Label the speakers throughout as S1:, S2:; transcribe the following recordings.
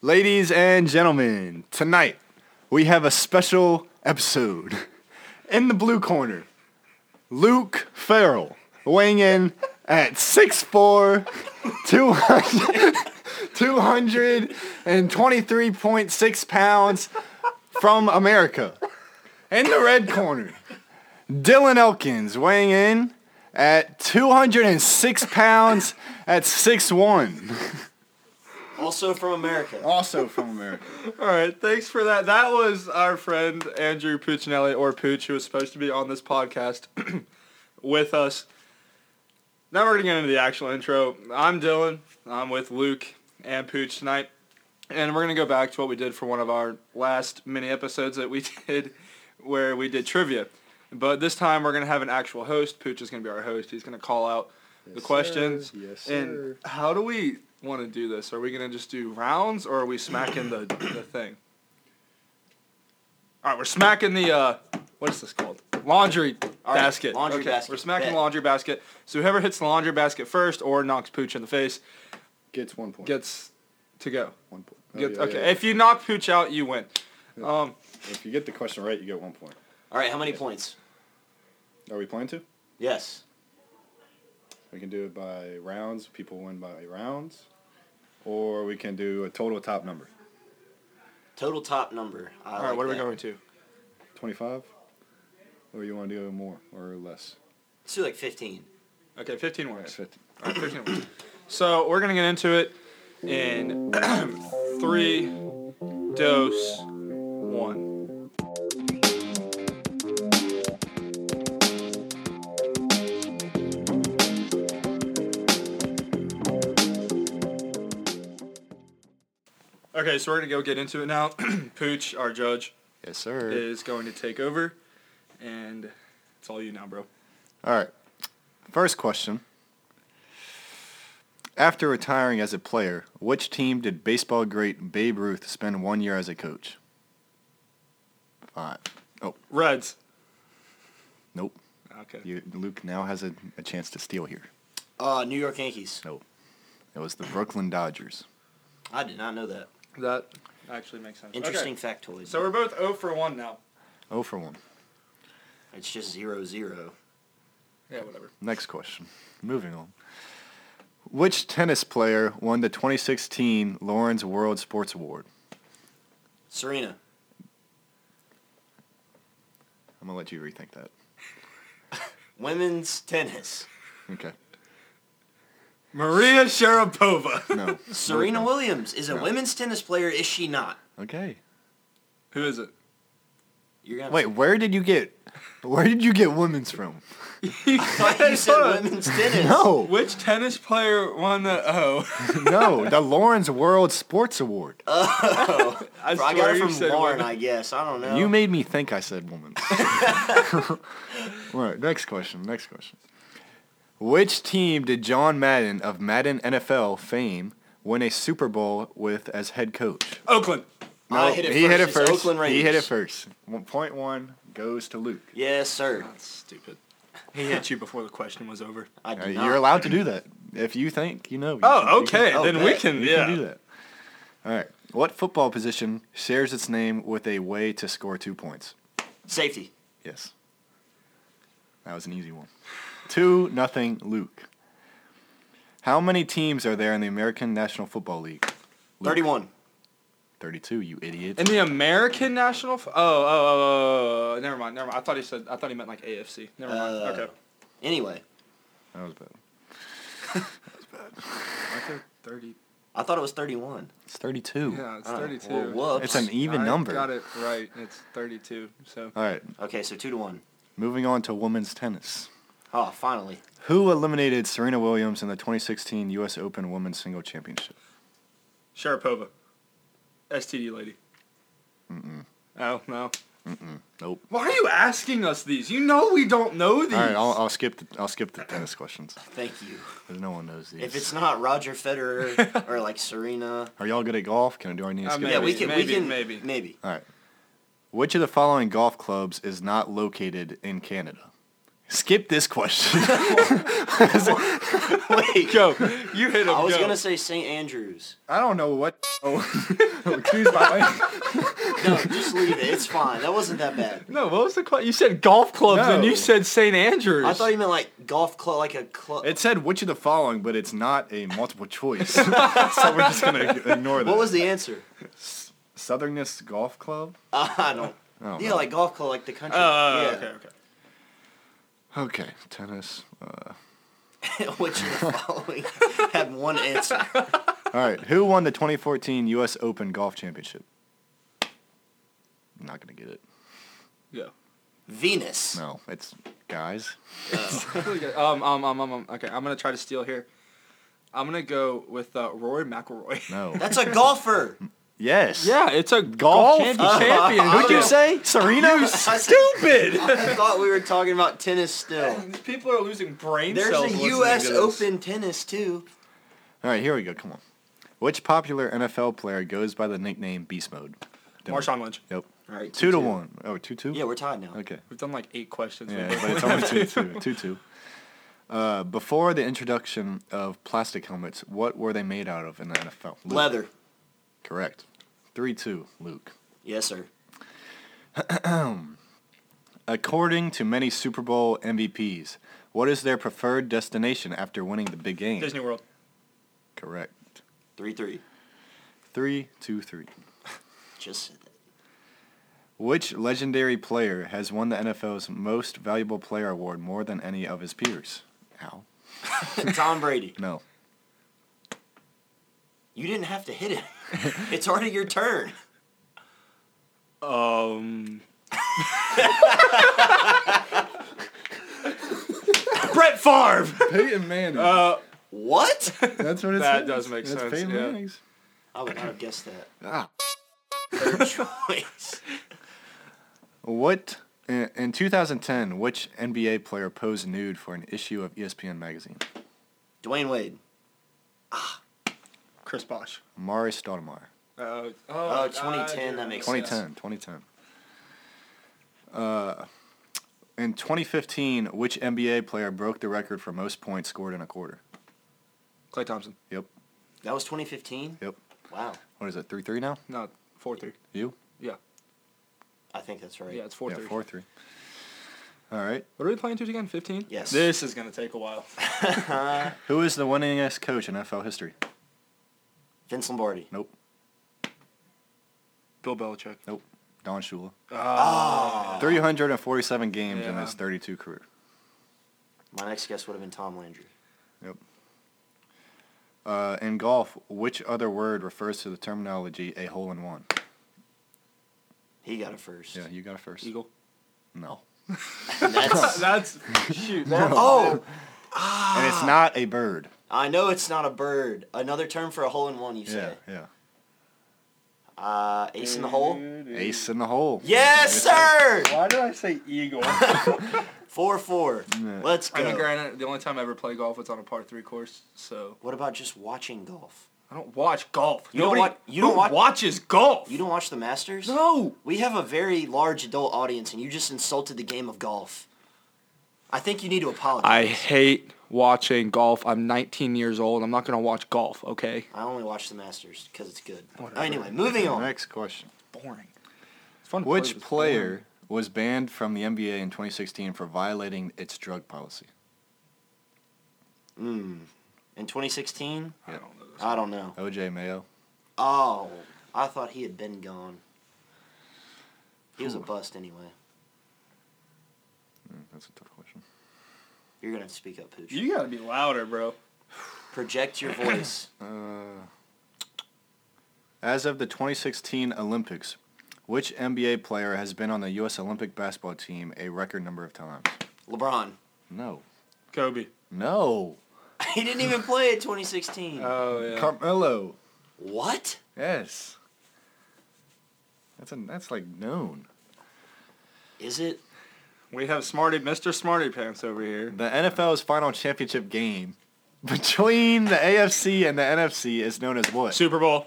S1: Ladies and gentlemen, tonight we have a special episode. In the blue corner, Luke Farrell, weighing in at 6'4, 200 223.6 pounds from America. In the red corner, Dylan Elkins, weighing in at 206 pounds at 6'1.
S2: Also from America.
S1: Also from America.
S3: All right, thanks for that. That was our friend Andrew Puccinelli, or Pooch, who was supposed to be on this podcast with us. Now we're going to get into the actual intro. I'm Dylan. I'm with Luke and Pooch tonight. And we're going to go back to what we did for one of our last mini episodes that we did where we did trivia. But this time we're going to have an actual host. Pooch is going to be our host. He's going to call out the questions.
S1: Yes,
S3: And how do we want to do this? Are we gonna just do rounds, or are we smacking the the thing? All right, we're smacking the uh, what is this called? Laundry
S2: All right,
S3: basket.
S2: laundry
S3: Okay,
S2: basket.
S3: We're smacking
S2: Bet.
S3: laundry basket. So whoever hits the laundry basket first or knocks Pooch in the face
S1: Gets one point.
S3: gets to go.
S1: one point. Oh,
S3: Gets,
S1: yeah,
S3: okay,
S1: yeah.
S3: if you knock Pooch out, you win. Um,
S1: If you get the question right, you get one point.
S2: All right, how many points?
S1: Are we planning to?
S2: Yes.
S1: We can do it by rounds. People win by rounds. Or we can do a total top number.
S2: Total top number. I
S3: all right,
S2: like
S3: what are we
S2: that.
S3: going to?
S1: 25? Or you want to do more or less?
S2: Let's do like 15.
S3: Okay, fifteen wins.
S1: 50.
S3: All right, 15 wins. So we're gonna get into it in three, dose, one. Okay, so we're gonna go get into it now. Pooch, our judge,
S1: Yes, sir.
S3: is going to take over, and it's all you now, bro.
S1: All right. First question. After retiring as a player, which team did baseball great Babe Ruth spend one year as a coach? Five.
S3: Reds.
S1: Nope.
S3: Okay.
S1: You, Luke now has a, a chance to steal here.
S2: Uh, New York Yankees.
S1: It was the Brooklyn Dodgers.
S2: I did not know that.
S3: That actually makes sense.
S2: Interesting factoid.
S3: So we're both 0 for 1 now.
S1: Oh for 1.
S2: it's just zero zero.
S3: Yeah, whatever.
S1: Next question. Moving on. Which tennis player won the 2016 Lawrence World Sports Award?
S2: Serena.
S1: I'm going to let you rethink that.
S2: Women's tennis.
S1: Okay.
S3: Maria Sharapova.
S1: No.
S2: Serena Williams is a women's tennis player, is she not?
S1: Okay.
S3: Who is it?
S2: You're gonna
S1: Wait, where did you get where did you get women's from?
S2: I thought you
S3: Hold
S2: said
S3: on.
S2: women's tennis.
S1: No,
S3: Which tennis player won the Oh,
S1: no, the Lawrence World Sports Award.
S2: Oh,
S3: I
S2: I,
S3: swear
S2: got it
S3: you
S2: from
S3: said
S2: Lauren,
S3: women.
S2: I guess. I don't know.
S1: You made me think I said women's. All right, next question. Next question. Which team did John Madden of Madden NFL fame win a Super Bowl with as head coach?
S3: Oakland.
S2: I hit it
S1: he hit it
S2: first. It's
S1: first.
S2: Oakland
S1: he hit it
S2: Raiders.
S1: first. One point one goes to Luke.
S2: Yes, sir.
S3: That's stupid. He hit you before the question was over.
S2: I
S1: Uh,
S2: did not.
S1: You're allowed to do that if you think you know. you can-
S3: Oh,
S1: you can-
S3: okay.
S2: oh,
S3: then we
S2: bet.
S3: can,
S1: You
S3: yeah.
S1: can do that. All right. What football position shares its name with a way to score two points?
S2: Safety.
S1: Yes. That was an easy one. Two nothing Luke. How many teams are there in the American National Football League? Luke.
S2: 31.
S1: Thirty-two. You idiot.
S3: In the American National F- oh, oh, oh, oh, oh, never mind, never mind. I thought he said I thought he meant like AFC. Never mind.
S2: Uh,
S3: okay.
S2: Anyway,
S1: that was bad.
S3: Thirty.
S2: I thought it was 31.
S1: It's thirty-two.
S3: Yeah, it's
S2: Oh,
S3: thirty-two.
S2: well, whoops.
S1: It's an even
S3: I
S1: number.
S3: Got it right. It's thirty-two. So
S1: All right.
S2: Okay, so 2 to 1.
S1: Moving on to women's tennis.
S2: Oh, finally.
S1: Who eliminated Serena Williams in the 2016 U.S. Open Women's Single Championship?
S3: Sharapova, STD lady.
S1: Mm-mm.
S3: Oh no.
S1: Mm-mm. Nope.
S3: Why are you asking us these? You know we don't know these.
S1: All right, I'll, I'll skip the I'll skip the tennis questions
S2: Thank you.
S1: 'cause no one knows these.
S2: If it's not Roger Federer or like Serena,
S1: Are y'all good at golf? Can I do our need to
S3: I
S1: skip
S3: may-
S2: yeah,
S1: these?
S2: we can
S3: maybe,
S2: we can
S3: maybe.
S2: maybe.
S1: Which of the following golf clubs is not located in Canada? Skip this question.
S2: Wait.
S3: Go. You hit him.
S2: I was
S3: go.
S2: going to say St. Andrews.
S1: I don't know what. Oh, excuse my language.
S2: No, just leave it. It's fine. That wasn't that bad.
S3: No, what was the question? You said golf clubs and
S1: No.
S3: you said St. Andrews.
S2: I thought you meant like golf club, like a club.
S1: It said which of the following, but it's not a multiple choice, so we're just gonna ignore that.
S2: What was the answer?
S1: Southernness Golf Club?
S2: Uh, I don't.
S1: Oh,
S2: yeah,
S1: no.
S2: like golf club, like the country.
S3: Oh,
S2: yeah.
S3: okay, okay.
S1: Okay, tennis. Uh,
S2: Which of the following had one answer?
S1: all right, who won the 2014 U.S. Open Golf Championship? I'm not gonna get it.
S3: Yeah.
S2: Venus.
S1: No, it's guys.
S3: um, um, um, um, um, okay, I'm gonna try to steal here. I'm gonna go with uh, Rory McIlroy.
S1: No.
S2: That's a golfer.
S1: yes.
S3: Yeah, it's a
S1: Golf?
S3: golf,
S1: Uh,
S3: champion.
S1: Who'd you say? Serena.
S2: I said-
S3: Stupid.
S2: I thought we were talking about tennis still.
S3: People are losing brain
S2: There's
S3: cells.
S2: a
S3: listening
S2: U.S.
S3: to this.
S2: Open tennis too.
S1: All right, here we go. Come on. Which popular NFL player goes by the nickname Beast Mode? Dylan.
S3: Marshawn Lynch.
S1: Yep.
S2: All right,
S1: Two to one. Oh, two two.
S2: Yeah, we're tied now.
S1: Okay.
S3: We've done like eight questions.
S1: Yeah, but it's only two two two two. Uh, before the introduction of plastic helmets, what were they made out of in the NFL? Luke.
S2: Leather.
S1: Correct. Three two. Luke.
S2: Yes, sir.
S1: According to many Super Bowl MVPs, what is their preferred destination after winning the big game?
S3: Disney World.
S1: Correct.
S2: Three three.
S1: Three two three.
S2: Just said that.
S1: Which legendary player has won the NFL's Most Valuable Player award more than any of his peers? Ow.
S2: Tom Brady.
S1: No.
S2: You didn't have to hit it. It's already your turn.
S3: Um. Brett Favre.
S1: Peyton Manning.
S3: Uh,
S2: What?
S1: That's what it
S3: that
S1: says.
S3: does make
S1: That's
S3: sense,
S1: Peyton
S3: yeah.
S1: Manning's.
S2: I would not have guessed that.
S1: Ah.
S2: Third choice.
S1: What in, in 2010? Which NBA player posed nude for an issue of E ESPN magazine?
S2: Dwayne Wade.
S3: Chris Bosh.
S1: Mari Stoudemire.
S3: Uh, oh,
S2: Oh, 2010, that makes
S1: 2010. 2010. Uh, in 2015, which NBA player broke the record for most points scored in a quarter?
S3: Clay Thompson.
S2: That was 2015.
S1: Yep.
S2: Wow.
S1: What is it? Three three now?
S3: No, four three.
S2: I think that's right.
S3: Yeah, it's four
S1: yeah,
S3: three.
S1: four three. All right.
S3: What are we playing to again? Fifteen.
S2: Yes.
S3: This is gonna take a while.
S1: Who is the winningest coach in NFL history?
S2: Vince Lombardi.
S3: Bill Belichick. Uh,
S1: Don Shula.
S2: Ah.
S1: 347 games in
S3: Yeah.
S1: his 32 career.
S2: My next guess would have been Tom Landry.
S1: Uh, in golf, which other word refers to the terminology a hole in one?
S2: He got it first.
S1: Yeah, you got it first.
S3: Eagle.
S1: No.
S2: That's,
S3: That's shoot. That's,
S2: oh,
S1: And it's not a bird.
S2: I know it's not a bird. Another term for a hole in one, you say.
S1: yeah.
S2: Uh, ace in the hole?
S1: Ace in the hole.
S2: Yes, sir!
S3: Why did I say eagle?
S2: 4 4.
S1: Yeah.
S2: Let's
S3: I mean,
S2: go.
S3: granted, the only time I ever played golf was on a par three course, so
S2: What about just watching golf?
S3: I don't watch golf.
S2: You don't
S3: Nobody-
S2: wa- you don't
S3: who
S2: wa-
S3: watches golf.
S2: You don't watch the Masters?
S3: No.
S2: We have a very large adult audience, and you just insulted the game of golf. I think you need to apologize.
S3: I hate watching golf. I'm 19 years old. I'm not gonna watch golf. Okay.
S2: I only watch the Masters because it's good.
S3: Whatever.
S2: Anyway, moving on.
S1: Next question.
S3: Boring. It's fun. to play, but
S1: Which
S3: it's
S1: player was banned from the NBA in 2016 for violating its drug policy?
S2: Mm. In 2016,
S3: boring. I don't know.
S2: I don't know.
S1: OJ Mayo.
S2: Oh, I thought he had been gone. He was a bust anyway.
S1: Mm, that's a tough question.
S2: You're gonna have to speak up, Pooch.
S3: You gotta be louder, bro.
S2: Project your voice.
S1: Uh, as of the 2016 Olympics, which NBA player has been on the U.S. Olympic basketball team a record number of times?
S2: LeBron.
S1: No.
S3: Kobe.
S1: No.
S2: He didn't even play in 2016.
S3: Oh yeah.
S1: Carmelo.
S2: what?
S1: Yes. That's a, that's like known.
S2: Is it?
S3: we have Smarty, Mr. Smarty Pants over here.
S1: The NFL's final championship game between the AFC and the NFC is known as what?
S3: Super Bowl.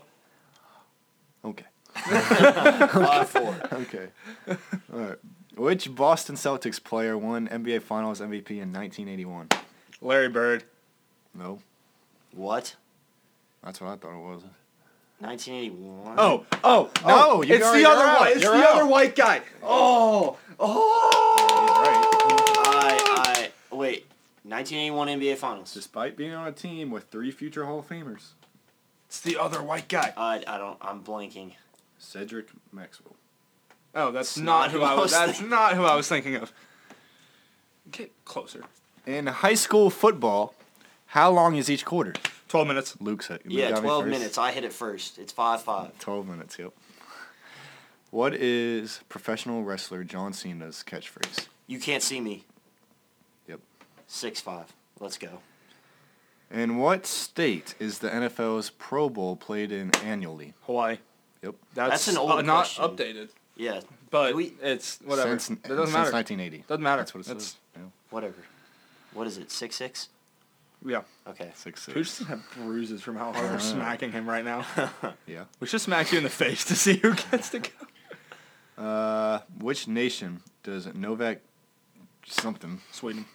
S1: Okay.
S2: Five four.
S1: Okay. All right. Which Boston Celtics player won NBA Finals MVP in 1981?
S3: Larry Bird.
S1: No,
S2: What?
S1: that's what I thought it was.
S2: 1981.
S3: Oh, oh,
S1: No,
S3: oh,
S1: you-
S3: it's
S1: you're-
S3: the
S1: you're
S3: other
S1: out.
S3: white. It's
S1: You're
S3: the
S1: out.
S3: other white guy. Oh, oh.
S2: I, I, wait. 1981 NBA Finals.
S1: Despite being on a team with three future Hall of Famers,
S3: It's the other white guy.
S2: I, I don't. I'm blanking.
S1: Cedric Maxwell.
S3: Oh, that's
S2: It's
S3: not who I was.
S2: not
S3: That's
S2: who
S3: not who I was thinking of. Get closer.
S1: In high school football, how long is each quarter?
S3: Twelve minutes.
S1: Luke's Luke
S2: Yeah,
S1: got me
S2: 12
S1: first.
S2: minutes. I hit it first. It's five five.
S1: 12 minutes, yep. What is professional wrestler John Cena's catchphrase?
S2: You can't see me.
S1: Yep.
S2: Six five. Let's go.
S1: In what state is the NFL's Pro Bowl played in annually?
S3: Hawaii.
S1: Yep.
S2: That's an old
S3: uh, not
S2: question.
S3: updated,
S2: Yeah.
S3: but
S2: Do we-
S3: it's whatever.
S1: Since,
S3: it doesn't
S1: since
S3: matter.
S1: 1980.
S3: Doesn't matter.
S1: That's what it
S3: That's-
S1: says. Yeah.
S2: Whatever. What is it? Six six.
S3: Yeah.
S2: Okay.
S1: Six,
S3: Who
S1: six.
S3: just have bruises from how hard
S1: Uh.
S3: we're smacking him right now?
S1: Yeah.
S3: we should smack you in the face to see who gets to go.
S1: Uh, which nation does Novak something
S3: Sweden.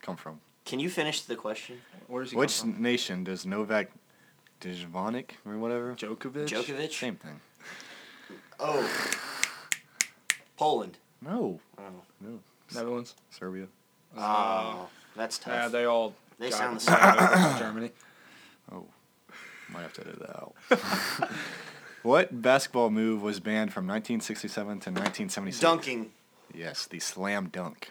S1: come from?
S2: Can you finish the question?
S3: Where's he
S1: Which
S3: come
S1: nation does Novak Djivanic or whatever?
S3: from? Djokovic?
S2: Djokovic.
S1: Same thing.
S2: Oh. Poland.
S1: No.
S2: Oh.
S3: Netherlands.
S1: Serbia.
S2: Oh. That's
S3: Yeah,
S2: tough.
S3: they all.
S2: They
S3: got
S2: sound the
S3: it.
S2: same.
S3: Germany.
S1: Might have to edit that out. what basketball move was banned from 1967 to 1976?
S2: Dunking.
S1: Yes, the slam dunk.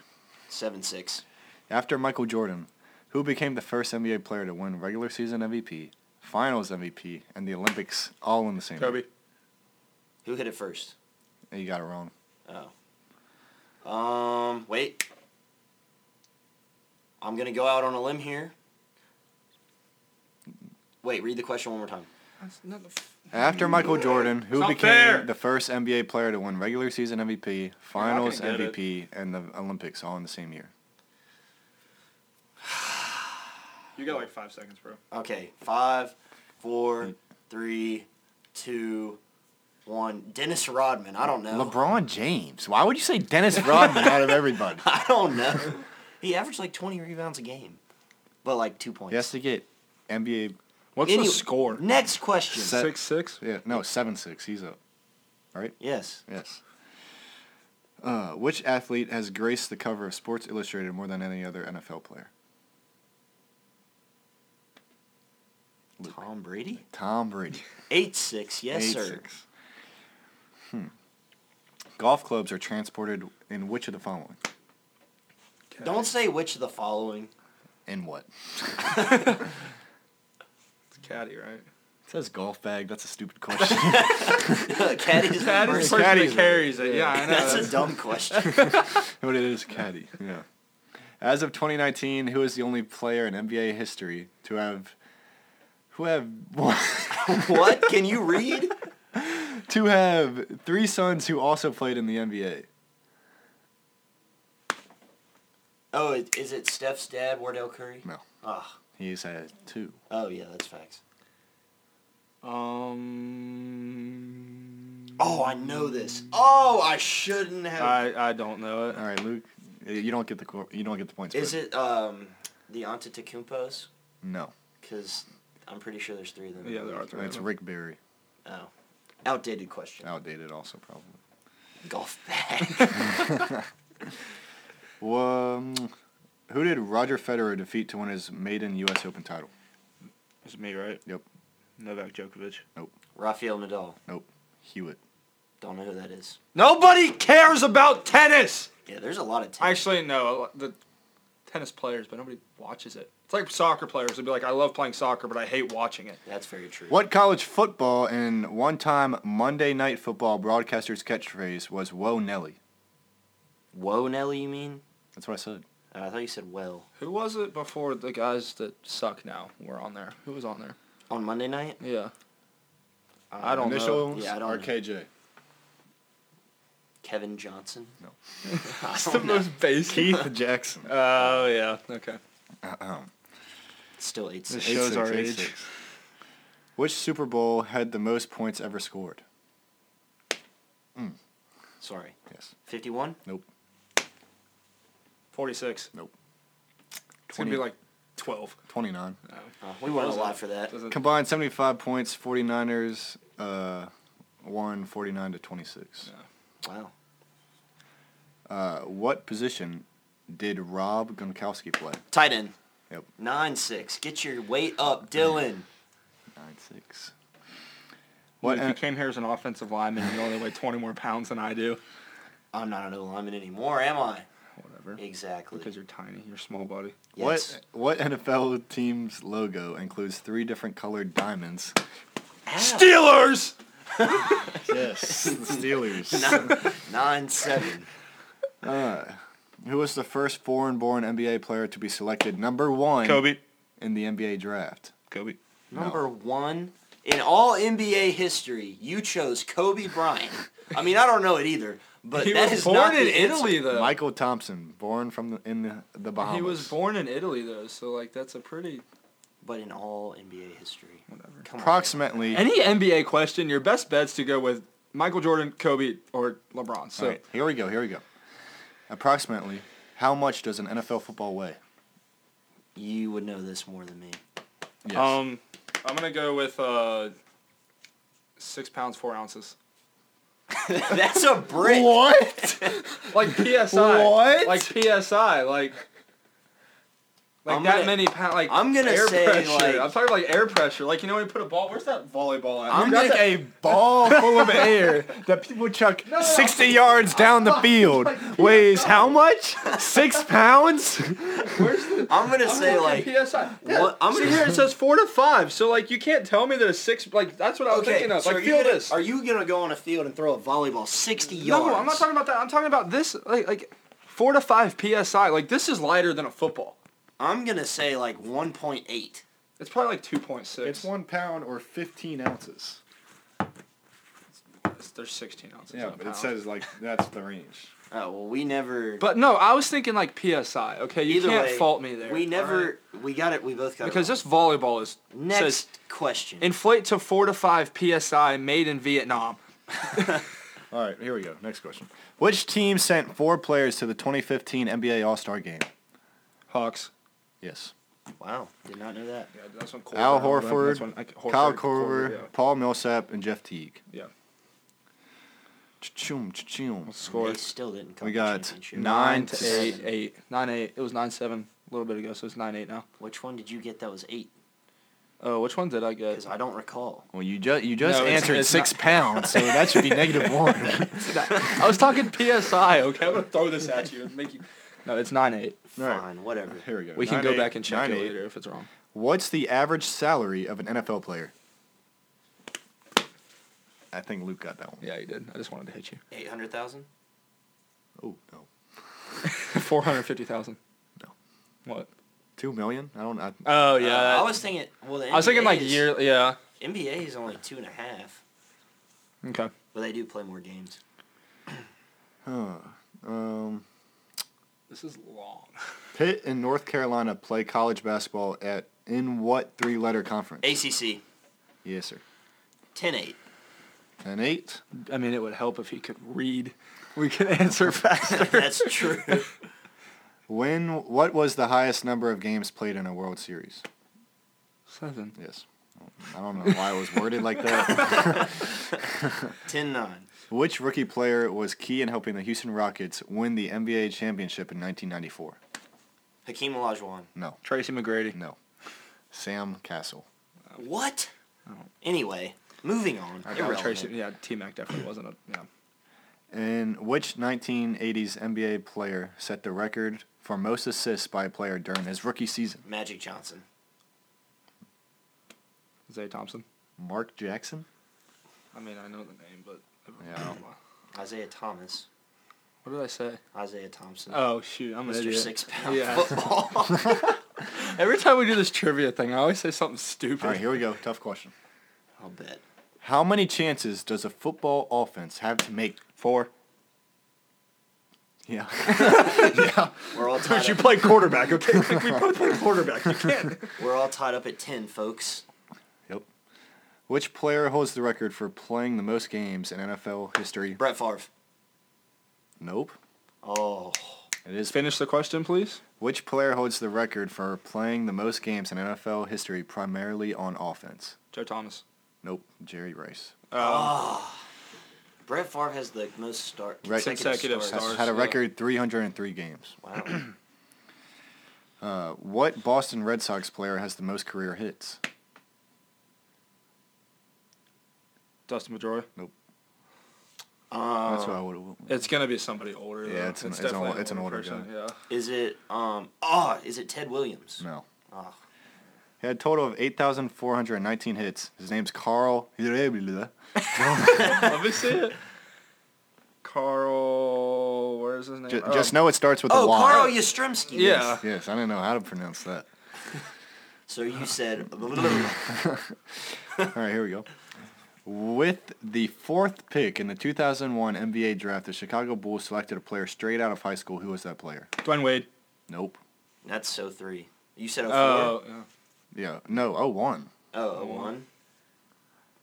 S2: Seven six.
S1: After Michael Jordan, who became the first NBA player to win regular season MVP, Finals MVP, and the Olympics all in the same. year?
S3: Kobe.
S2: Who hit it first?
S1: You got it wrong.
S2: Oh. Um. Wait. I'm gonna go out on a limb here. Wait. Read the question one more time.
S3: That's not the f-
S1: After Michael Jordan,
S3: It's
S1: who
S3: not
S1: became
S3: fair.
S1: the first NBA player to win regular season MVP, Finals
S3: gonna get
S1: MVP, and the Olympics all in the same year.
S3: You got like five seconds, bro.
S2: Okay. Five, four, three, two, one. Dennis Rodman. I don't know.
S1: LeBron James. Why would you say Dennis Rodman out of everybody?
S2: I don't know. He averaged like 20 rebounds a game, but like two points.
S1: He has to get NBA.
S3: What's
S2: Any-
S3: the score?
S2: Next question.
S1: Se-
S3: Six six.
S1: Yeah, no, seven six. He's up.
S2: yes.
S1: Yes. Uh, which athlete has graced the cover of Sports Illustrated more than any other NFL player? Luke.
S2: Tom Brady.
S1: Tom Brady.
S2: Eight six. Yes, sir.
S1: 8'6". Hmm. Golf clubs are transported in which of the following?
S2: Don't say which of the following.
S1: In what?
S3: It's caddy, right?
S1: It says golf bag. That's a stupid question.
S2: Caddy's the
S3: Caddy's
S2: first-
S3: the person
S1: Caddy's
S3: that carries it. Yeah, I know.
S2: That's a dumb question.
S1: but it is caddy. Yeah. As of 2019, who is the only player in NBA history to have who have
S2: what? Can you read?
S1: to have three sons who also played in the NBA?
S2: Oh, it- is it Steph's dad, Wardell Curry?
S1: No.
S2: Ah.
S1: He's had two.
S2: Oh, yeah, that's facts.
S3: um.
S2: Oh, I know this. Oh, I shouldn't have.
S3: I I don't know it. Uh,
S1: All right, Luke, eh, you don't get the qu- you don't get the points.
S2: is
S1: bud.
S2: it um, the Antetokounmpos?
S1: No,
S2: Because I'm pretty sure there's three of them.
S3: Yeah, there are three.
S1: it's Rick Barry.
S2: Oh. Outdated question.
S1: Outdated, also probably.
S2: Golf bag.
S1: Well, um, who did Roger Federer defeat to win his maiden U.S. Open title?
S3: It's me, right?
S1: Yep.
S3: Novak Djokovic.
S2: Rafael Nadal.
S1: Hewitt.
S2: Don't know who that is.
S3: Nobody cares about tennis.
S2: Yeah, there's a lot of tennis.
S3: Actually, no. The tennis players, but nobody watches it. It's like soccer players would be like, I love playing soccer, but I hate watching it.
S2: That's very true.
S1: What college football and one-time Monday Night Football broadcaster's catchphrase was "Whoa Nelly"?
S2: Whoa, Nelly, you mean?
S1: That's what I said.
S2: Uh, I thought you said well.
S3: Who was it before the guys that suck now were on there? Who was on there?
S2: On Monday night?
S3: Yeah. I don't know.
S1: Initials
S2: Yeah, I don't
S1: or
S2: know.
S1: KJ?
S2: Kevin Johnson?
S1: No.
S2: I
S3: It's the
S2: don't know.
S3: most basic.
S1: Keith Jackson.
S3: Oh yeah. Okay.
S2: Still 8
S3: This
S2: six.
S1: Eight
S3: shows
S1: six,
S3: our
S1: eight
S3: age.
S1: six. Which Super Bowl had the most points ever scored?
S2: Sorry.
S1: Yes.
S2: 51?
S1: Nope.
S3: 46. It's going
S1: 20,
S3: to be like 12.
S1: 29.
S2: Uh, we weren't
S3: Wasn't-
S2: alive for that.
S3: Doesn't-
S1: Combined 75 points, 49ers uh, won 49 to 26.
S2: Wow.
S1: Uh, what position did Rob Gronkowski play?
S2: Tight end.
S1: Yep.
S2: 9 6. Get your weight up, Dylan.
S1: 9 6. What,
S3: What, if you came here as an offensive lineman, you only weigh 20 more pounds than I do.
S2: I'm not an O lineman anymore, am I?
S3: Whatever.
S2: Exactly.
S3: Because you're tiny. You're small body.
S2: yes.
S1: what, what NFL team's logo includes three different colored diamonds?
S2: Ow.
S3: Steelers!
S1: Yes, the Steelers.
S2: Nine, nine seven.
S1: Who was the first foreign-born NBA player to be selected number one
S3: Kobe.
S1: in the NBA draft?
S3: Kobe.
S2: Number one in all NBA history, you chose Kobe Bryant. I mean, I don't know it either, but
S3: he
S2: that
S3: was
S2: is
S3: born
S2: not
S3: in
S2: the answer.
S3: Italy, though.
S1: Michael Thompson, born from the, in the, the Bahamas.
S3: he was born in Italy, though, so, like, that's a pretty.
S2: But in all NBA history,
S3: Whatever.
S2: come on.
S1: approximately.
S3: Any NBA question, your best bet's to go with Michael Jordan, Kobe, or LeBron. So,
S1: All right, here we go. Here we go. Approximately, how much does an NFL football weigh?
S2: You would know this more than me.
S1: Yes.
S3: um, I'm going to go with uh, six pounds, four ounces.
S2: That's a brick.
S1: what?
S3: Like PSI.
S1: What?
S3: Like PSI. Like. Like
S2: I'm
S3: that
S2: gonna-
S3: many pounds. Like
S2: I'm gonna
S3: air
S2: say,
S3: pressure.
S2: like-
S3: I'm talking like air pressure. Like you know when you put a ball. Where's that volleyball at?
S2: I'm
S3: Where's that-
S2: gonna-
S1: a ball full of air that people chuck 60 yards down the field weighs how much? Six pounds?
S3: Where's the?
S2: I'm gonna say
S3: looking
S2: like
S3: at PSI. Yeah,
S2: what- I'm
S3: see
S2: gonna-
S3: here it says four to five. So like you can't tell me that a six. Like that's what I was
S2: okay.
S3: thinking of.
S2: so are
S3: like
S2: you
S3: feel
S2: gonna-
S3: this.
S2: Are you gonna go on a field and throw a volleyball sixty yards?
S3: no, I'm not talking about that. I'm talking about this. Like like four to five psi. Like this is lighter than a football.
S2: I'm gonna say like one point eight.
S3: It's probably like two point six.
S1: one pound or 15 ounces.
S3: There's sixteen ounces.
S1: Yeah,
S3: in a
S1: but it
S3: pound.
S1: says like that's the range.
S2: Oh well, we never.
S3: But no, I was thinking like psi. Okay, you
S2: Either
S3: can't
S2: way,
S3: fault me there.
S2: we
S3: alright?
S2: never. We got it. We both got
S3: Because
S2: it.
S3: this volleyball is
S2: wrong. next
S3: says
S2: question.
S3: inflate to four to five psi made in Vietnam.
S1: All right, here we go. Next question. Which team sent four players to the 2015 NBA All Star game?
S3: Hawks.
S1: Yes.
S2: wow, did not know that.
S3: Yeah, that's one.
S1: Al Horford, Kyle Korver, Paul Millsap, and Jeff Teague.
S3: Yeah.
S1: Chum chum.
S2: They
S3: Score
S2: still didn't come.
S1: We
S2: to
S1: got
S2: championship.
S1: nine to
S3: eight,
S1: eight.
S3: eight, nine, eight. It was nine, seven a little bit ago, so it's nine, eight now.
S2: Which one did you get? That was eight.
S3: Oh, which one did I get?
S2: Because I don't recall.
S1: Well, you just you just
S3: No, it's-
S1: answered
S3: it's
S1: six pounds, so that should be negative one.
S3: I was talking PSI. Okay, I'm gonna throw this at you and make you. No, it's nine, eight.
S1: Alright.
S2: Fine, whatever.
S1: Here we go.
S3: We can
S1: Nine
S3: go
S1: eight,
S3: back and check
S1: nine
S3: it
S1: eight.
S3: later if it's wrong.
S1: What's the average salary of an NFL player? I think Luke got that one.
S3: Yeah, you did. I just wanted to hit you.
S2: Eight hundred thousand.
S1: Oh no,
S3: Four hundred fifty thousand.
S1: No.
S3: What?
S1: two million? I don't. I,
S3: Oh yeah. that-
S2: Uh, I was thinking. Well, the
S3: I was thinking like
S2: NBA is-
S3: year. Yeah.
S2: NBA is only two and a half,
S3: Okay.
S2: but they do play more games.
S1: huh. Um,
S3: This is long.
S1: Pitt and North Carolina play college basketball at in what three-letter conference?
S2: ACC
S1: Yes, sir.
S2: 10-8.
S1: An eight.
S3: I mean, it would help if he could read. We could answer faster.
S2: That's true.
S1: When? What was the highest number of games played in a World Series?
S3: Seven.
S1: Yes. I don't know why it was worded like that.
S2: 10-9.
S1: Which rookie player was key in helping the Houston Rockets win the NBA championship in 1994?
S2: Hakeem Olajuwon.
S1: No.
S3: Tracy McGrady.
S1: No. Sam Castle.
S2: What?
S3: Uh, don't-
S2: Anyway, moving on.
S1: I- I-
S2: Irrelevant.
S3: Tracy. Yeah, T Mac definitely wasn't a. Yeah.
S1: And which 1980s NBA player set the record for most assists by a player during his rookie season?
S2: Magic Johnson.
S3: Zay Thompson.
S1: Mark Jackson?
S3: I mean, I know the name, but.
S1: Yeah.
S2: Isaiah Thomas.
S3: What did I say?
S2: Isaiah Thompson.
S3: Oh shoot, I'm an
S2: Mr.
S3: idiot.
S2: Six Pound
S3: Yeah.
S2: Football.
S3: Every time we do this trivia thing, I always say something stupid.
S1: All right, here we go. Tough question.
S2: I'll bet.
S1: How many chances does a football offense have to make?
S3: Four.
S1: Yeah.
S2: We're all tied up.
S3: play quarterback, okay? we both play quarterback. You can't.
S2: We're all tied up at ten, folks.
S1: yep. Which player holds the record for playing the most games in NFL history?
S2: Brett Favre.
S1: Nope.
S2: Oh,
S1: It is.
S3: Finish the question, please.
S1: Which player holds the record for playing the most games in NFL history, primarily on offense?
S3: Joe Thomas.
S1: Nope. Jerry Rice.
S3: Uh,
S2: Ah. Brett Favre has the most start
S1: Right.
S2: consecutive
S3: Consecutive
S2: starts.
S1: Has had
S3: Stars,
S1: a
S3: yeah.
S1: record 303 games.
S2: Wow.
S1: Uh, what Boston Red Sox player has the most career hits?
S3: Dustin Pedroia.
S2: Um,
S1: That's
S2: Oh.
S1: what I would have.
S3: It's gonna be somebody older.
S1: Yeah,
S3: though.
S1: it's an- it's an
S3: definitely
S1: ol- it's an older
S3: person, Yeah.
S2: is it? Um. Ah, is it Ted Williams?
S1: No.
S2: Ah.
S1: He had a total of 8,419 hits. His name's Carl.
S3: Let me see it. Carl, where's his name?
S1: Ju-
S3: Oh,
S1: Just know it starts with a
S2: Oh,
S1: Y.
S2: Carl Yastrzemski.
S3: Yeah.
S1: Yes, I didn't know how to pronounce that.
S2: So you said.
S1: All right, here we go. With the fourth pick in the 2001 NBA draft, the Chicago Bulls selected a player straight out of high school. Who was that player?
S3: Dwayne Wade.
S1: Nope.
S2: That's so three. You said a four.
S3: Oh, yeah.
S1: Yeah, no, oh one.
S2: oh, a one.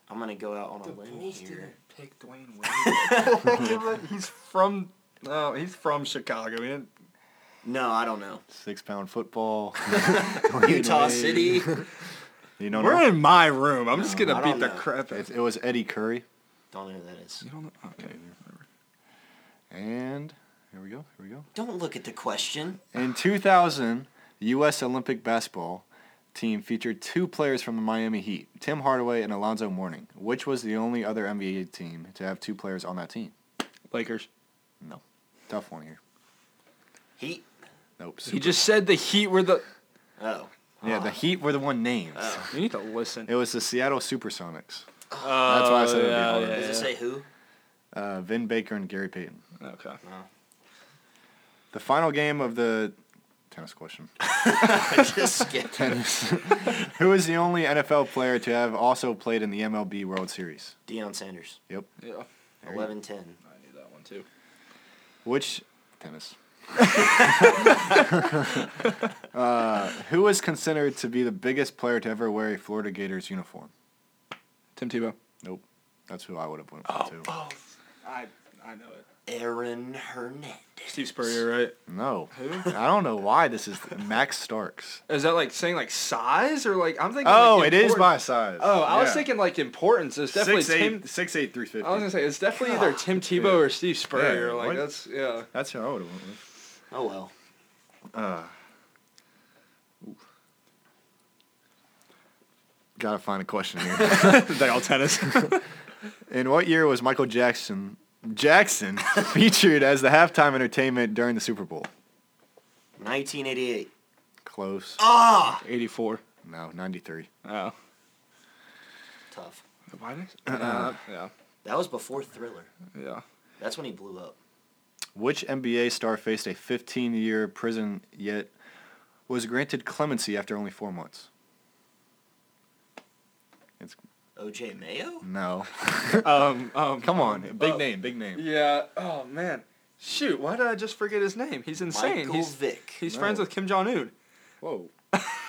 S2: I'm gonna go out on a limb here.
S3: pick Dwayne Wade. he's from. No, he's from Chicago. He didn't,
S2: No, I don't know.
S1: Six pound football.
S2: Utah City.
S1: You don't
S3: we're
S1: know?
S3: in my room. I'm just
S2: No,
S3: gonna
S2: I
S3: beat
S2: don't
S3: the
S2: know.
S3: crap out.
S1: It, it was Eddie Curry.
S2: Don't know who that is.
S3: You don't know. Okay.
S1: And here we go, here we go.
S2: Don't look at the question.
S1: In 2000, the U.S. Olympic basketball team featured two players from the Miami Heat, Tim Hardaway and Alonzo Mourning, which was the only other NBA team to have two players on that team.
S3: Lakers.
S1: Tough one here.
S2: Heat.
S1: Nope.
S3: He
S1: super.
S3: just said the Heat were the.
S2: Oh.
S1: yeah, the Heat were the one named.
S3: You need to listen.
S1: It was the Seattle Supersonics.
S3: Oh,
S1: That's why I said it'd be
S3: yeah,
S1: harder.
S2: Does it say who?
S1: Uh, Vin Baker and Gary Payton.
S3: yeah. Okay.
S1: The final game of the tennis question.
S2: I just skipped.
S1: Tennis. Who is the only NFL player to have also played in the MLB World Series?
S2: Deion Sanders.
S3: Yeah.
S1: There you go.
S2: Eleven ten.
S3: I knew that one too.
S1: Which tennis? uh, who is considered to be the biggest player to ever wear a Florida Gators uniform?
S3: Tim Tebow.
S1: That's who I would have went with too.
S3: oh. I I know it.
S2: Aaron Hernandez.
S3: Steve Spurrier, right?
S1: No,
S3: Who?
S1: I don't know why this is Max Starks.
S3: Is that like saying like size or like I'm thinking?
S1: Oh,
S3: like
S1: it is
S3: import-
S1: by size.
S3: Oh, I was
S1: Yeah.
S3: thinking like importance. It's definitely
S1: six,
S3: Tim.
S1: eight, six eight three fifty.
S3: I was gonna say it's definitely either Tim Tebow
S1: Yeah.
S3: or Steve Spurrier.
S1: Yeah,
S3: like
S1: what?
S3: that's yeah.
S1: That's who I would have went with.
S2: Oh well.
S1: Uh, gotta find a question here.
S3: they all tennis.
S1: In what year was Michael Jackson Jackson featured as the halftime entertainment during the Super Bowl?
S2: 1988.
S1: Close.
S3: Oh.
S2: Ah.
S3: Eighty four.
S1: No, ninety three.
S3: Oh.
S2: Tough.
S3: Why did? Yeah. Yeah.
S2: That was before Thriller.
S3: Uh, Yeah.
S2: That's when he blew up.
S1: Which NBA star faced a 15-year prison yet was granted clemency after only four months?
S2: OJ Mayo.
S1: No.
S3: Um. Um.
S1: Come on, big
S3: Uh,
S1: name, big name.
S3: Yeah. Oh man. Shoot. Why did I just forget his name? He's insane.
S2: Michael
S3: he's
S2: Vick.
S3: he's
S1: No.
S3: friends with Kim Jong Un.
S1: Whoa.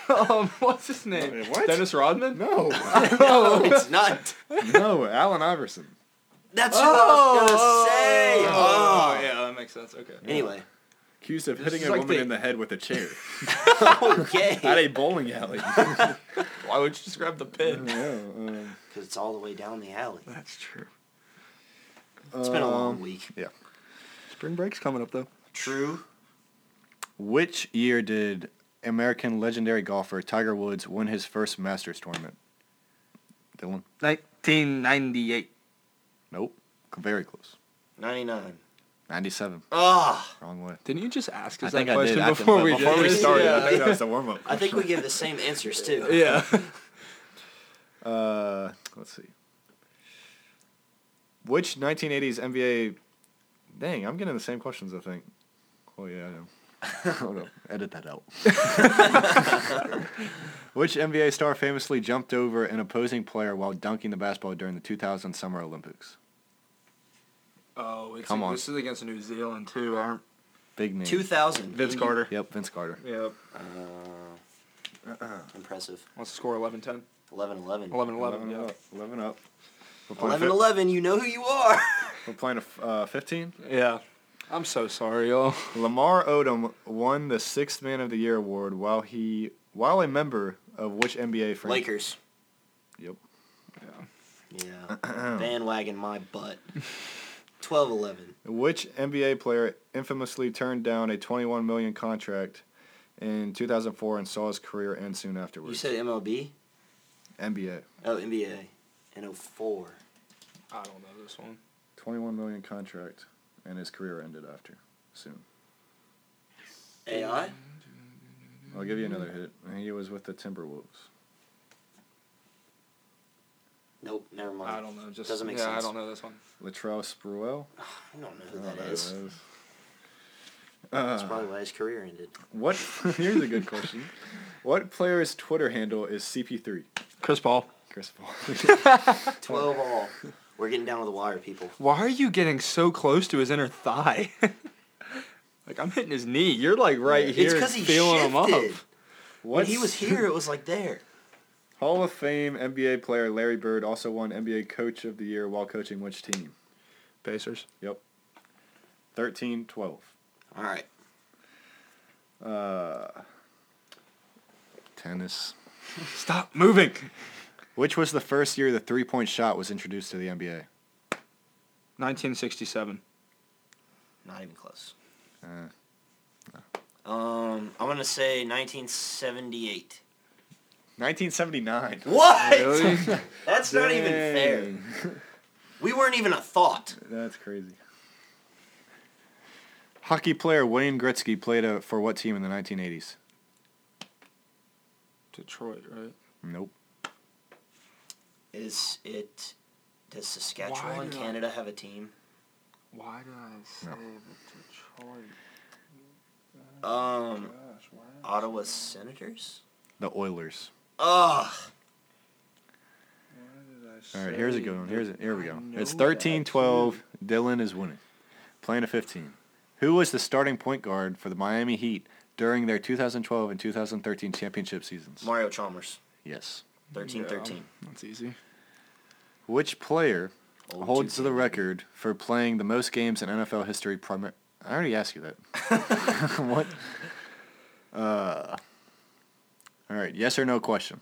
S3: um. What's his name?
S1: What?
S3: Dennis Rodman.
S1: No,
S3: Oh.
S2: no, it's not.
S1: no, Allen Iverson.
S2: That's what I was gonna say.
S3: Oh, yeah, that makes sense. Okay.
S2: Anyway,
S1: accused of
S3: This is like the-
S1: head with a chair
S2: okay.
S1: a bowling alley.
S3: Why would you just grab the pin?
S1: um,
S2: Because it's all the way down the alley.
S3: That's true.
S2: It's been a long
S3: Um,
S2: week.
S3: Spring break's coming up though.
S2: True.
S1: Which year did American legendary golfer Tiger Woods win his first Masters tournament? Dylan?
S3: 1998.
S1: Nope. Very close.
S2: 99.
S1: 97.
S2: Ah.
S1: Wrong way.
S3: Didn't you just ask
S1: I
S3: us
S1: think
S3: that
S1: I did.
S3: question
S1: I think-
S3: before,
S1: but
S3: we,
S1: before
S3: did
S1: we
S3: this?
S1: started, I
S3: Yeah.
S1: think that was the warm up.
S2: I think we give the same answers too.
S3: Yeah.
S1: Uh, let's see. Which 1980s NBA? Dang, I'm getting the same questions. I think. Oh yeah, I know. Hold up, edit that out. Which NBA star famously jumped over an opposing player while dunking the basketball during the 2000 Summer Olympics?
S3: Oh, it's
S1: Come on.
S3: This is against New Zealand too. aren't-
S1: Big name.
S2: 2000.
S3: Vince
S2: Indy-
S3: Carter.
S1: Yep, Vince Carter.
S3: Yep.
S2: Uh, uh-uh. impressive.
S3: What's the score? 11-10?
S2: 11 11.
S3: 11-11. yeah.
S1: up. Eleven up. We're playing.
S2: 11
S1: fi-
S2: 11. You know who you are.
S1: We're playing a f- uh, 15.
S3: Yeah. I'm so sorry, y'all.
S1: Lamar Odom won the Sixth Man of the Year award while he while a member of which NBA franchise?
S2: Lakers.
S1: Yep.
S2: Yeah. Uh-uh. Bandwagon my butt. 12 11.
S1: Which NBA player infamously turned down a 21 million contract in 2004 and saw his career end soon
S2: You
S1: afterwards?
S2: said MLB?
S1: NBA.
S2: Oh, NBA. In 04.
S3: I don't know this one.
S1: 21 million contract and his career ended after soon.
S2: AI?
S1: I'll give you another hit. He was with the Timberwolves.
S2: Nope, never mind.
S3: I don't know. Just
S2: Doesn't make
S3: yeah,
S2: sense.
S3: I don't know this one.
S1: Latrell Sprewell.
S2: I don't know
S1: I
S2: who
S1: don't
S2: that
S1: know who
S2: is.
S1: that is. Uh,
S2: That's probably why his career ended.
S1: What? Here's a good question. What player's Twitter handle is CP3?
S3: Chris Paul.
S1: Chris Paul.
S2: 12 all. We're getting down to the wire, people.
S3: Why are you getting so close to his inner thigh? like I'm hitting his knee. You're like right
S1: Yeah.
S3: here,
S2: it's because he
S3: feeling
S2: shifted.
S3: him up.
S2: When
S1: What?
S2: he was here, it was like there.
S1: Hall of Fame NBA player Larry Bird also won NBA Coach of the Year while coaching which team?
S3: Pacers.
S1: 13 12.
S2: All right.
S1: Uh, tennis.
S3: Stop moving.
S1: Which was the first year the three point shot was introduced to the NBA?
S3: 1967.
S2: Not even close.
S1: Uh,
S2: Um, I'm going to say 1978.
S1: 1979.
S2: What?
S3: Really?
S2: That's not even fair. We weren't even a thought.
S1: That's crazy. Hockey player Wayne Gretzky played uh for what team in the 1980s?
S3: Detroit, right?
S1: Nope.
S2: Is it. Does Saskatchewan,
S3: Why did I-
S2: Canada have a team?
S3: Why did I say the Detroit? Gosh,
S2: Um,
S3: why?
S2: Ottawa Senators?
S1: The Oilers.
S2: Ugh.
S1: All right, here's a good one. Here's a, here we
S3: I
S1: go.
S3: know
S1: It's
S3: that
S1: 13
S3: too.
S1: 12. Dylan is winning. Playing a 15. Who was the starting point guard for the Miami Heat during their 2012 and 2013 championship seasons?
S2: Mario Chalmers.
S1: Yes.
S2: 13
S3: Yeah.
S2: 13.
S3: That's easy.
S1: Which player
S3: Oh,
S2: Old
S1: holds
S2: two-
S1: the record for playing the most games in NFL history? Primar- I already asked you that. what? Uh, all right, yes or no question.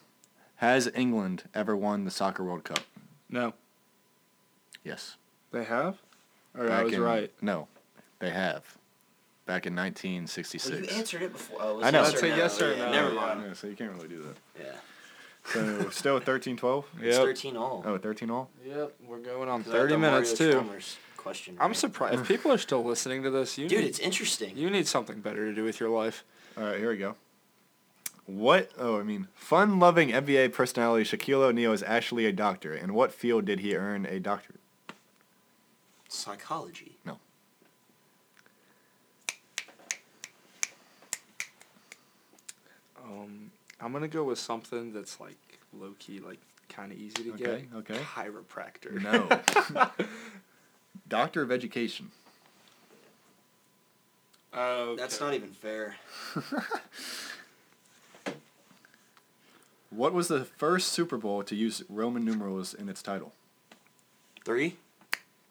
S1: Has England ever won the Soccer World Cup?
S3: No,
S1: Yes.
S3: they have. All right, I
S1: Back
S3: was
S1: in-
S3: right.
S1: No, they have. Back in
S2: Oh, you
S1: 1966.
S2: answered it before. Oh, it was
S1: I know.
S2: Yes
S1: I'd
S2: or
S1: say
S2: no.
S3: yes or
S2: yeah,
S3: no,
S2: Never
S3: yeah.
S2: mind.
S1: so you can't really do that.
S2: Yeah.
S1: So still 13 12?
S2: It's 13 all.
S1: Oh, 13 all?
S3: Yep, we're going on
S2: 'Cause I had
S3: 30
S2: the
S3: minutes
S2: Mario
S3: too.
S2: Chalmers Question.
S3: I'm
S2: right?
S3: surprised. If people are still listening to this, you
S2: Dude,
S3: need,
S2: it's interesting.
S3: you need something better to do with your life.
S1: All right, here we go. What? Oh, I mean, fun loving NBA personality Shaquille O'Neal is actually a doctor. In what field did he earn a doctorate?
S2: Psychology.
S1: No.
S3: Um, I'm gonna go with something that's like low key, like kind of easy to
S1: Okay,
S3: get.
S1: okay.
S3: Chiropractor.
S1: No. Doctor of Education.
S3: Oh,
S2: That's not even fair.
S1: What was the first Super Bowl to use Roman numerals in its title?
S2: 3?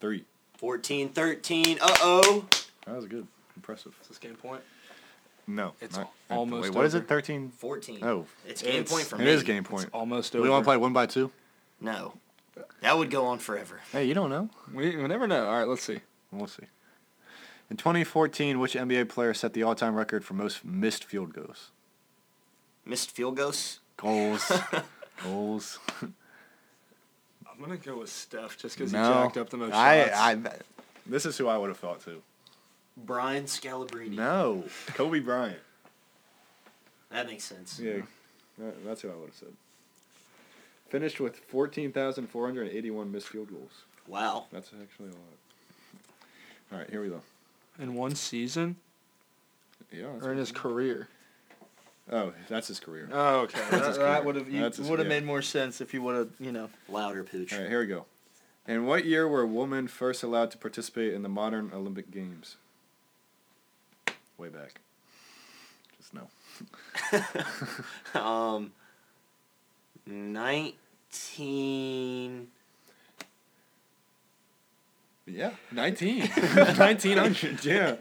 S1: Three.
S2: 14 13. Uh oh.
S1: That was good. Impressive.
S3: Is this game point?
S1: No.
S3: It's
S1: not-
S3: almost
S1: Wait, what is
S3: over.
S1: it? 13?
S2: 14.
S1: Oh.
S2: It's game
S3: It's-
S2: point for
S1: It
S2: me.
S1: is game point.
S3: It's almost
S1: We
S3: over.
S1: want to play one by two?
S2: No. That would go on forever.
S1: Hey, you don't know.
S3: We, we never know. All right, let's see.
S1: We'll see. In 2014, which NBA player set the all-time record for most missed field goals?
S2: Missed field goals?
S1: Goals. goals.
S3: I'm gonna go with Steph just because
S1: No.
S3: he jacked up the most
S1: I,
S3: shots.
S1: I, this is who I would have thought too.
S2: Brian Scalabrine.
S1: No, Kobe Bryant.
S2: That makes sense.
S1: Yeah, that- that's who I would have said. Finished with 14,481 missed field goals.
S2: Wow.
S1: That's actually a lot. All right, here we go.
S3: In one season
S1: Yeah. that's
S3: or
S1: what-
S3: in his career?
S1: oh, that's his career.
S3: Oh, okay.
S1: That's that correct. would've- you That's his- would've yeah. made
S3: more sense if you would have, you know.
S2: Louder pooch.
S1: All right, here we go. In what year were women first allowed to participate in the modern Olympic Games? Way back. Just no.
S2: Um, 19.
S1: Yeah, 19. 1900, yeah.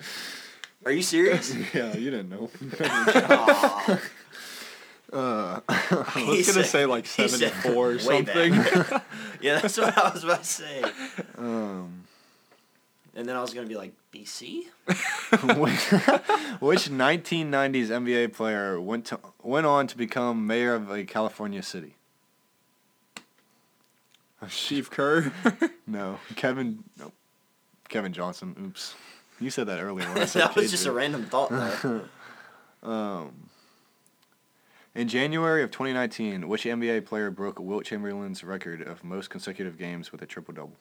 S2: Are you serious?
S1: Yeah, you didn't know. Uh,
S2: Aw.
S3: I
S2: He
S3: was gonna
S2: said-
S3: say like
S2: he said
S3: 74 or
S2: way
S3: something.
S2: back. yeah, that's what I was about to say.
S1: Um,
S2: And then I was gonna be like BC.
S1: which, which 1990s NBA player went, to, went on to become mayor of a California city?
S3: Chief Kerr.
S1: No, Kevin. No, Kevin Johnson. Oops, you said that earlier. When I said
S2: that was just a
S1: KJ.
S2: random thought. Though.
S1: Um, in January of 2019, which NBA player broke Wilt Chamberlain's record of most consecutive games with a triple double?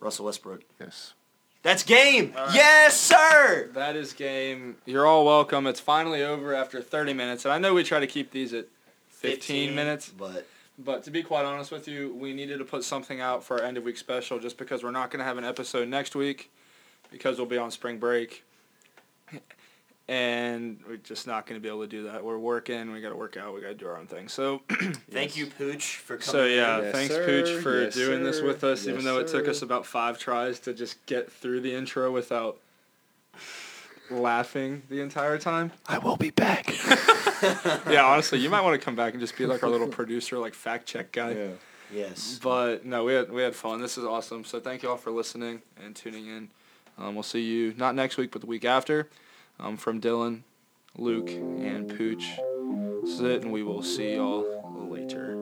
S2: Russell Westbrook.
S1: Yes.
S2: That's game.
S3: All right.
S2: Yes, sir.
S3: That is game. You're all welcome. It's finally over after 30 minutes, and I know we try to keep these at 15, minutes,
S2: but
S3: but to be quite honest with you, we needed to put something out for our end of week special just because we're not going to have an episode next week because we'll be on spring break. And we're just not going to be able to do that. We're working. We got to work out. We got to do our own thing. So,
S2: thank you, Pooch, for coming.
S3: so yeah.
S1: Yes,
S3: thanks,
S1: sir.
S3: Pooch, for
S1: Yes,
S3: doing this
S1: sir.
S3: with us.
S1: Yes,
S3: even though it took
S1: sir.
S3: us about five tries to just get through the intro without laughing the entire time.
S1: I will be back.
S3: yeah, honestly, you might want to come back and just be like our little producer, like fact check guy.
S1: yeah.
S2: Yes.
S3: But no, we had we had fun. This is awesome. So thank you all for listening and tuning in. Um, we'll see you not next week, but the week after. Um, from Dylan, Luke, and Pooch. This is it, and we will see y'all later.